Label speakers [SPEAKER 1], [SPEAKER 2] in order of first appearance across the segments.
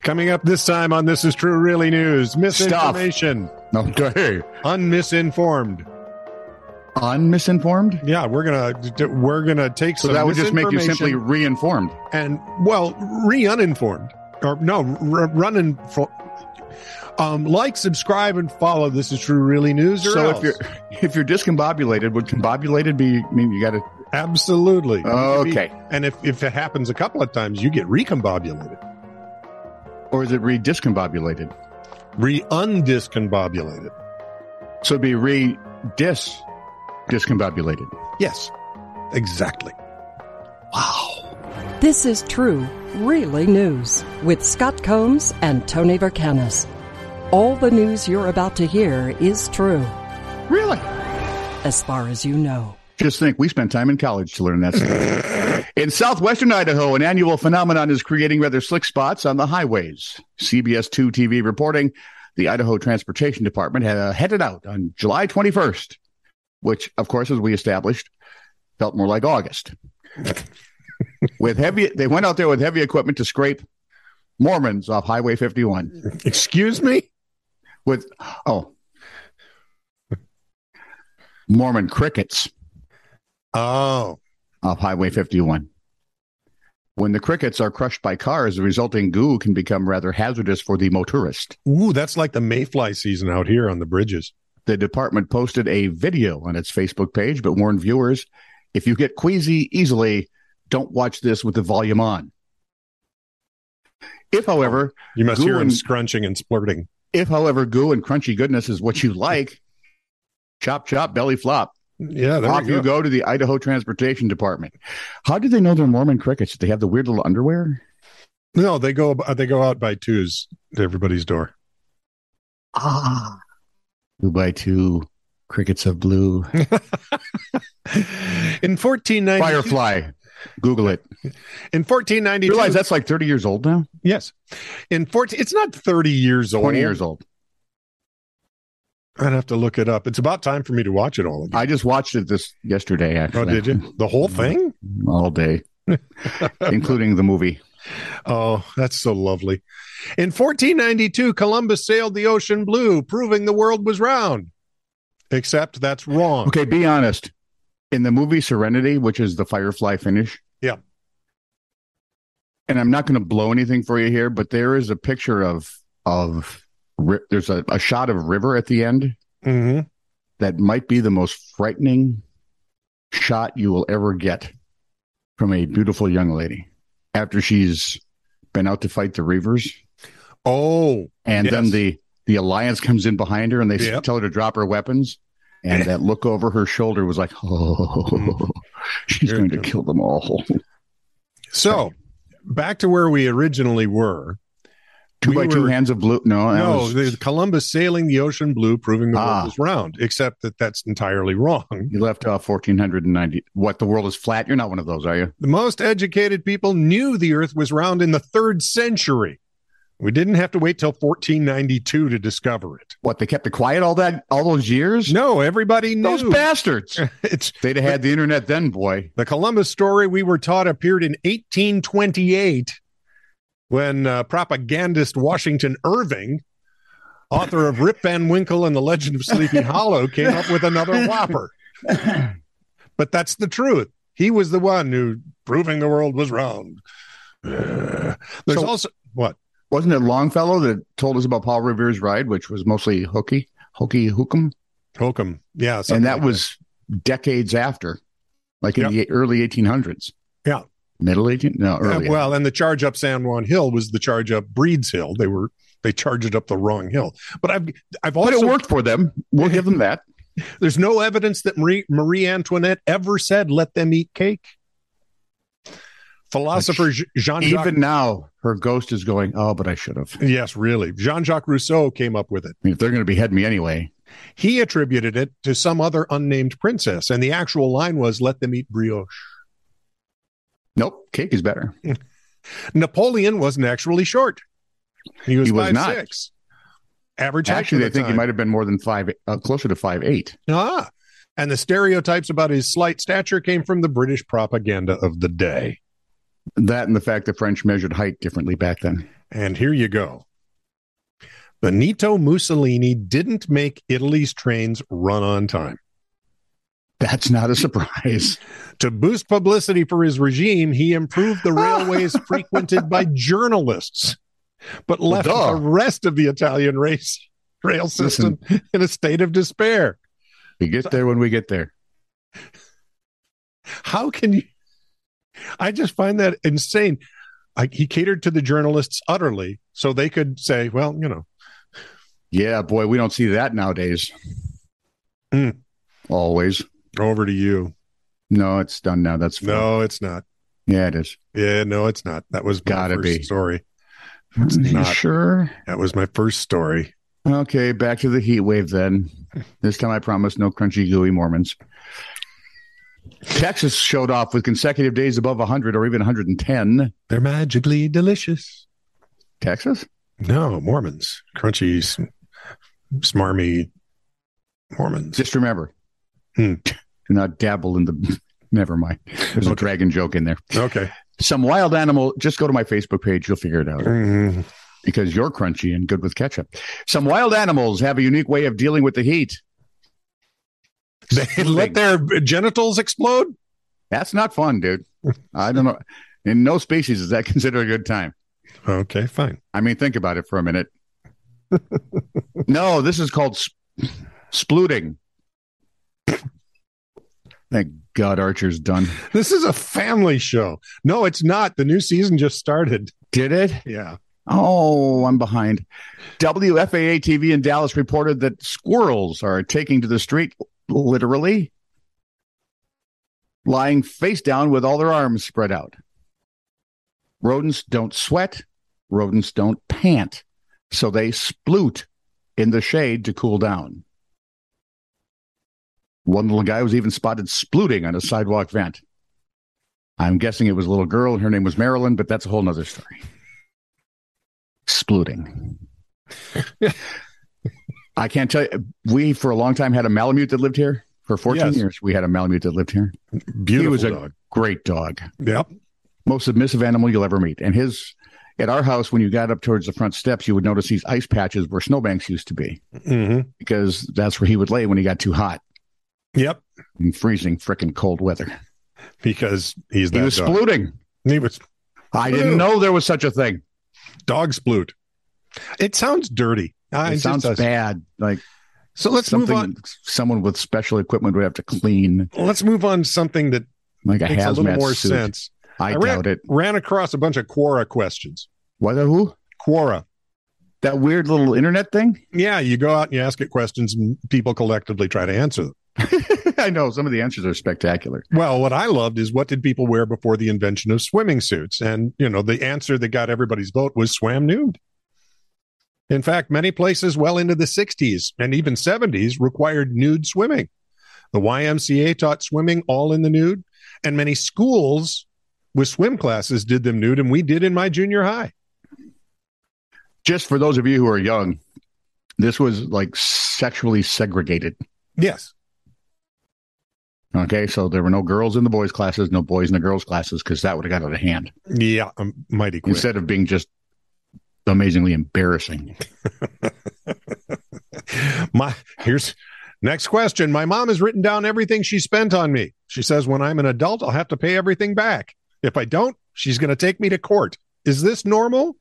[SPEAKER 1] Coming up this time on This Is True Really News misinformation,
[SPEAKER 2] Okay.
[SPEAKER 1] unmisinformed.
[SPEAKER 2] On misinformed?
[SPEAKER 1] Yeah, we're gonna we're gonna take
[SPEAKER 2] So
[SPEAKER 1] some
[SPEAKER 2] that would just make you
[SPEAKER 1] misinformation
[SPEAKER 2] simply reinformed.
[SPEAKER 1] and well re uninformed or no r- run in for um like subscribe and follow this is true really news or
[SPEAKER 2] So
[SPEAKER 1] else.
[SPEAKER 2] if you're if you're discombobulated, would combobulated be I mean you got to
[SPEAKER 1] absolutely You could be-
[SPEAKER 2] okay,
[SPEAKER 1] and if if it happens a couple of times you get recombobulated
[SPEAKER 2] or is it re discombobulated?
[SPEAKER 1] re undiscombobulated
[SPEAKER 2] So it'd be re dis discombobulated.
[SPEAKER 1] yes exactly
[SPEAKER 3] This is true, really news with Scott Combs and Tony Vercanis. All the news you're about to hear is true,
[SPEAKER 2] Really?
[SPEAKER 3] as far as you know.
[SPEAKER 2] Just think, we spent time in college to learn that stuff. in southwestern Idaho, an annual phenomenon is creating rather slick spots on the highways. CBS 2 TV reporting the Idaho Transportation Department had uh, headed out on July 21st, which, of course, as we established, felt more like August. with heavy, they went out there with heavy equipment to scrape Mormons off Highway 51
[SPEAKER 1] excuse me
[SPEAKER 2] with oh Mormon crickets
[SPEAKER 1] oh
[SPEAKER 2] off Highway 51. When the crickets are crushed by cars, the resulting goo can become rather hazardous for the motorist.
[SPEAKER 1] ooh that's like the mayfly season out here on the bridges
[SPEAKER 2] The department posted a video on its Facebook page, but warned viewers if you get queasy easily, don't watch this with the volume on. If, however,
[SPEAKER 1] you must hear them
[SPEAKER 2] Gooing.
[SPEAKER 1] scrunching and splurting
[SPEAKER 2] if, however, goo and crunchy goodness is what you like, chop, chop, belly flop.
[SPEAKER 1] yeah there
[SPEAKER 2] off
[SPEAKER 1] we go.
[SPEAKER 2] you go to the Idaho Transportation Department. How do they know they're Mormon crickets? Do they have the weird little underwear?
[SPEAKER 1] no they go they go out by twos to everybody's door
[SPEAKER 2] Ah, two by two crickets of blue.
[SPEAKER 1] in 1492
[SPEAKER 2] Firefly. Google it.
[SPEAKER 1] in
[SPEAKER 2] You
[SPEAKER 1] 1492
[SPEAKER 2] realize that's like 30 years old now?
[SPEAKER 1] Yes. In 14, it's not 30 years old.
[SPEAKER 2] 20 years old.
[SPEAKER 1] I'd have to look it up. It's about time for me to watch it all again.
[SPEAKER 2] I just watched it this yesterday, actually.
[SPEAKER 1] Oh, did you? The
[SPEAKER 2] Mm-hmm.
[SPEAKER 1] whole thing?
[SPEAKER 2] All day, including the movie.
[SPEAKER 1] Oh, that's so lovely. In 1492, Columbus sailed the ocean blue, proving the world was round. Except that's wrong.
[SPEAKER 2] Okay, be honest. In the movie Serenity, which is the Firefly finish.
[SPEAKER 1] Yeah.
[SPEAKER 2] And I'm not going to blow anything for you here, but there is a picture of of ri- there's a, a shot of river at the end
[SPEAKER 1] hmm
[SPEAKER 2] that might be the most frightening shot you will ever get from a beautiful young lady after she's been out to fight the reavers
[SPEAKER 1] Oh,
[SPEAKER 2] and then
[SPEAKER 1] Yes.
[SPEAKER 2] the the alliance comes in behind her and they s-
[SPEAKER 1] Yep.
[SPEAKER 2] tell her to drop her weapons and that look over her shoulder was like
[SPEAKER 1] Hmm.
[SPEAKER 2] oh she's
[SPEAKER 1] Here it
[SPEAKER 2] going to
[SPEAKER 1] comes.
[SPEAKER 2] kill them all
[SPEAKER 1] so back to where we originally were.
[SPEAKER 2] two
[SPEAKER 1] We
[SPEAKER 2] by two
[SPEAKER 1] were-
[SPEAKER 2] hands of blue no, that
[SPEAKER 1] No,
[SPEAKER 2] Oh, was-
[SPEAKER 1] the Columbus sailing the ocean blue, proving the
[SPEAKER 2] Ah.
[SPEAKER 1] world was round, except that that's entirely wrong.
[SPEAKER 2] you left off 1490 what the world is flat you're not one of those are you
[SPEAKER 1] The most educated people knew the earth was round in the third century. We didn't have to wait till 1492 to discover it.
[SPEAKER 2] what they kept it quiet all that all those years
[SPEAKER 1] No, everybody knew.
[SPEAKER 2] those bastards
[SPEAKER 1] it's
[SPEAKER 2] they'd have had the internet then boy
[SPEAKER 1] the Columbus story we were taught appeared in 1828 when uh, propagandist Washington Irving, author of Rip Van Winkle and the Legend of Sleepy Hollow, came up with another whopper. But that's the truth. He was the one who proving the world was round. Uh, There's
[SPEAKER 2] So-
[SPEAKER 1] also what?
[SPEAKER 2] wasn't it longfellow that told us about paul revere's ride which was mostly hooky hooky hookum
[SPEAKER 1] Hokum. Yeah. something
[SPEAKER 2] and that
[SPEAKER 1] like
[SPEAKER 2] was decades after, like in
[SPEAKER 1] Yep.
[SPEAKER 2] the early 1800s.
[SPEAKER 1] Yeah.
[SPEAKER 2] middle 18 no
[SPEAKER 1] Uh,
[SPEAKER 2] early.
[SPEAKER 1] well, and the charge up San Juan Hill was the charge up Breeds Hill. They were they charged up the wrong hill. But I've I've
[SPEAKER 2] but
[SPEAKER 1] also
[SPEAKER 2] it worked for them. We'll give them that.
[SPEAKER 1] there's no evidence that Marie Marie Antoinette ever said let them eat cake. Philosopher Jean Jacques
[SPEAKER 2] Even now, her ghost is going. Oh, but I should have. I
[SPEAKER 1] Yes, really. Jean Jacques Rousseau came up with it.
[SPEAKER 2] mean, if they're going to behead me anyway,
[SPEAKER 1] He attributed it to some other unnamed princess, and the actual line was let them eat brioche.
[SPEAKER 2] nope, cake is better.
[SPEAKER 1] Napoleon wasn't actually short. He was,
[SPEAKER 2] He was
[SPEAKER 1] five
[SPEAKER 2] not.
[SPEAKER 1] six. Average height
[SPEAKER 2] Actually,
[SPEAKER 1] for
[SPEAKER 2] they
[SPEAKER 1] the
[SPEAKER 2] think he
[SPEAKER 1] time.
[SPEAKER 2] might have been more than five, uh, closer to five eight.
[SPEAKER 1] Ah, and the stereotypes about his slight stature came from the British propaganda of the day.
[SPEAKER 2] That and the fact that French measured height differently back then.
[SPEAKER 1] And here you go. Benito Mussolini didn't make Italy's trains run on time.
[SPEAKER 2] That's not a surprise.
[SPEAKER 1] To boost publicity for his regime, he improved the railways frequented by journalists, but left
[SPEAKER 2] duh.
[SPEAKER 1] the rest of the Italian race rail system in a state of despair.
[SPEAKER 2] We get there when we get there.
[SPEAKER 1] How can you? I just find that insane. I, he catered to the journalists utterly, so they could say, "Well, you know,
[SPEAKER 2] Yeah, boy, we don't see that nowadays.
[SPEAKER 1] Mm.
[SPEAKER 2] Always.
[SPEAKER 1] over to you."
[SPEAKER 2] No, it's done now. That's
[SPEAKER 1] No, it's not.
[SPEAKER 2] Yeah, it is.
[SPEAKER 1] Yeah, no, it's not. That was my
[SPEAKER 2] Gotta
[SPEAKER 1] first
[SPEAKER 2] be.
[SPEAKER 1] story.
[SPEAKER 2] Are you
[SPEAKER 1] not.
[SPEAKER 2] sure?
[SPEAKER 1] That was my first story.
[SPEAKER 2] Okay, back to the heat wave then. This time I promise no crunchy, gooey Mormons. Texas showed off with consecutive days above 100 or even 110.
[SPEAKER 1] They're magically delicious.
[SPEAKER 2] Texas?
[SPEAKER 1] No, Mormons, crunchy, s- smarmy Mormons.
[SPEAKER 2] Just remember,
[SPEAKER 1] Hmm.
[SPEAKER 2] do not dabble in the. Never mind. There's a
[SPEAKER 1] Okay.
[SPEAKER 2] dragon joke in there.
[SPEAKER 1] Okay.
[SPEAKER 2] Some wild animal. Just go to my Facebook page. You'll figure it out.
[SPEAKER 1] Mm,
[SPEAKER 2] because you're crunchy and good with ketchup. Some wild animals have a unique way of dealing with the heat.
[SPEAKER 1] They let their genitals explode.
[SPEAKER 2] That's not fun, dude. I don't know. In no species is that considered a good time.
[SPEAKER 1] Okay, fine.
[SPEAKER 2] I mean, think about it for a minute. no, this is called sp- splooting. Thank God Archer's done.
[SPEAKER 1] This is a family show. No, it's not. The new season just started.
[SPEAKER 2] Did it?
[SPEAKER 1] Yeah.
[SPEAKER 2] Oh, I'm behind. WFAA TV in Dallas reported that squirrels are taking to the street literally, lying face down with all their arms spread out. Rodents don't sweat, rodents don't pant, so they sploot in the shade to cool down. One little guy was even spotted splooting on a sidewalk vent. I'm guessing it was a little girl and her name was Marilyn, but that's a whole nother story splooting. I can't tell you. We for a long time had a Malamute that lived here. For 14
[SPEAKER 1] Yes.
[SPEAKER 2] years, we had a Malamute that lived here.
[SPEAKER 1] Beautiful
[SPEAKER 2] was a-
[SPEAKER 1] dog.
[SPEAKER 2] Great dog,
[SPEAKER 1] Yep.
[SPEAKER 2] most submissive animal you'll ever meet. And his at our house, when you got up towards the front steps, you would notice these ice patches where snowbanks used to be
[SPEAKER 1] hmm
[SPEAKER 2] because that's where he would lay when he got too hot
[SPEAKER 1] Yep.
[SPEAKER 2] in freezing frickin' cold weather.
[SPEAKER 1] Because he's that
[SPEAKER 2] He was
[SPEAKER 1] dog.
[SPEAKER 2] splooting.
[SPEAKER 1] He was
[SPEAKER 2] I didn't
[SPEAKER 1] Splute.
[SPEAKER 2] know there was such a thing.
[SPEAKER 1] dog sploot. It sounds dirty. Uh,
[SPEAKER 2] It
[SPEAKER 1] just
[SPEAKER 2] sounds
[SPEAKER 1] does.
[SPEAKER 2] bad. Like
[SPEAKER 1] So let's move on.
[SPEAKER 2] something someone with special equipment would have to clean,
[SPEAKER 1] Let's move on to something that
[SPEAKER 2] like a
[SPEAKER 1] makes a little
[SPEAKER 2] hazmat
[SPEAKER 1] more
[SPEAKER 2] suit.
[SPEAKER 1] sense.
[SPEAKER 2] I,
[SPEAKER 1] I read-
[SPEAKER 2] doubt it.
[SPEAKER 1] Ran across a bunch of Quora questions.
[SPEAKER 2] What? Who?
[SPEAKER 1] Quora.
[SPEAKER 2] That weird little internet thing?
[SPEAKER 1] Yeah, you go out and you ask it questions, and people collectively try to answer them.
[SPEAKER 2] I know some of the answers are spectacular.
[SPEAKER 1] Well, what I loved is what did people wear before the invention of swimming suits? And, you know, the answer that got everybody's vote was swam nude. In fact, many places well into the 60s and even 70s required nude swimming. The YMCA taught swimming all in the nude, and many schools with swim classes did them nude, and we did in my junior high.
[SPEAKER 2] Just for those of you who are young, this was like sexually segregated.
[SPEAKER 1] Yes.
[SPEAKER 2] Okay, so there were no girls in the boys' classes, no boys in the girls' classes, because that would have got out of hand.
[SPEAKER 1] Yeah, I'm mighty quick.
[SPEAKER 2] Instead of being just amazingly embarrassing.
[SPEAKER 1] my here's next question my mom has written down everything she spent on me she says when i'm an adult i'll have to pay everything back if i don't she's going to take me to court is this normal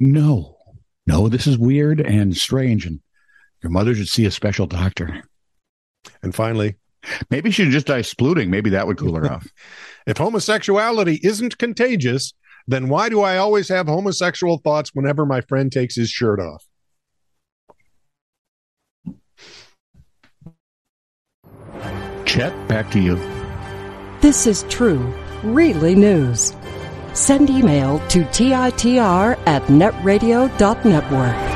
[SPEAKER 2] No, no, this is weird and strange, and your mother should see a special doctor.
[SPEAKER 1] and finally
[SPEAKER 2] Maybe she should just die splooting. Maybe that would cool her off.
[SPEAKER 1] if homosexuality isn't contagious then why do i always have homosexual thoughts whenever my friend takes his shirt off
[SPEAKER 2] Chet, back to you.
[SPEAKER 3] This is true, really news. Send email to TITR at netradio.network.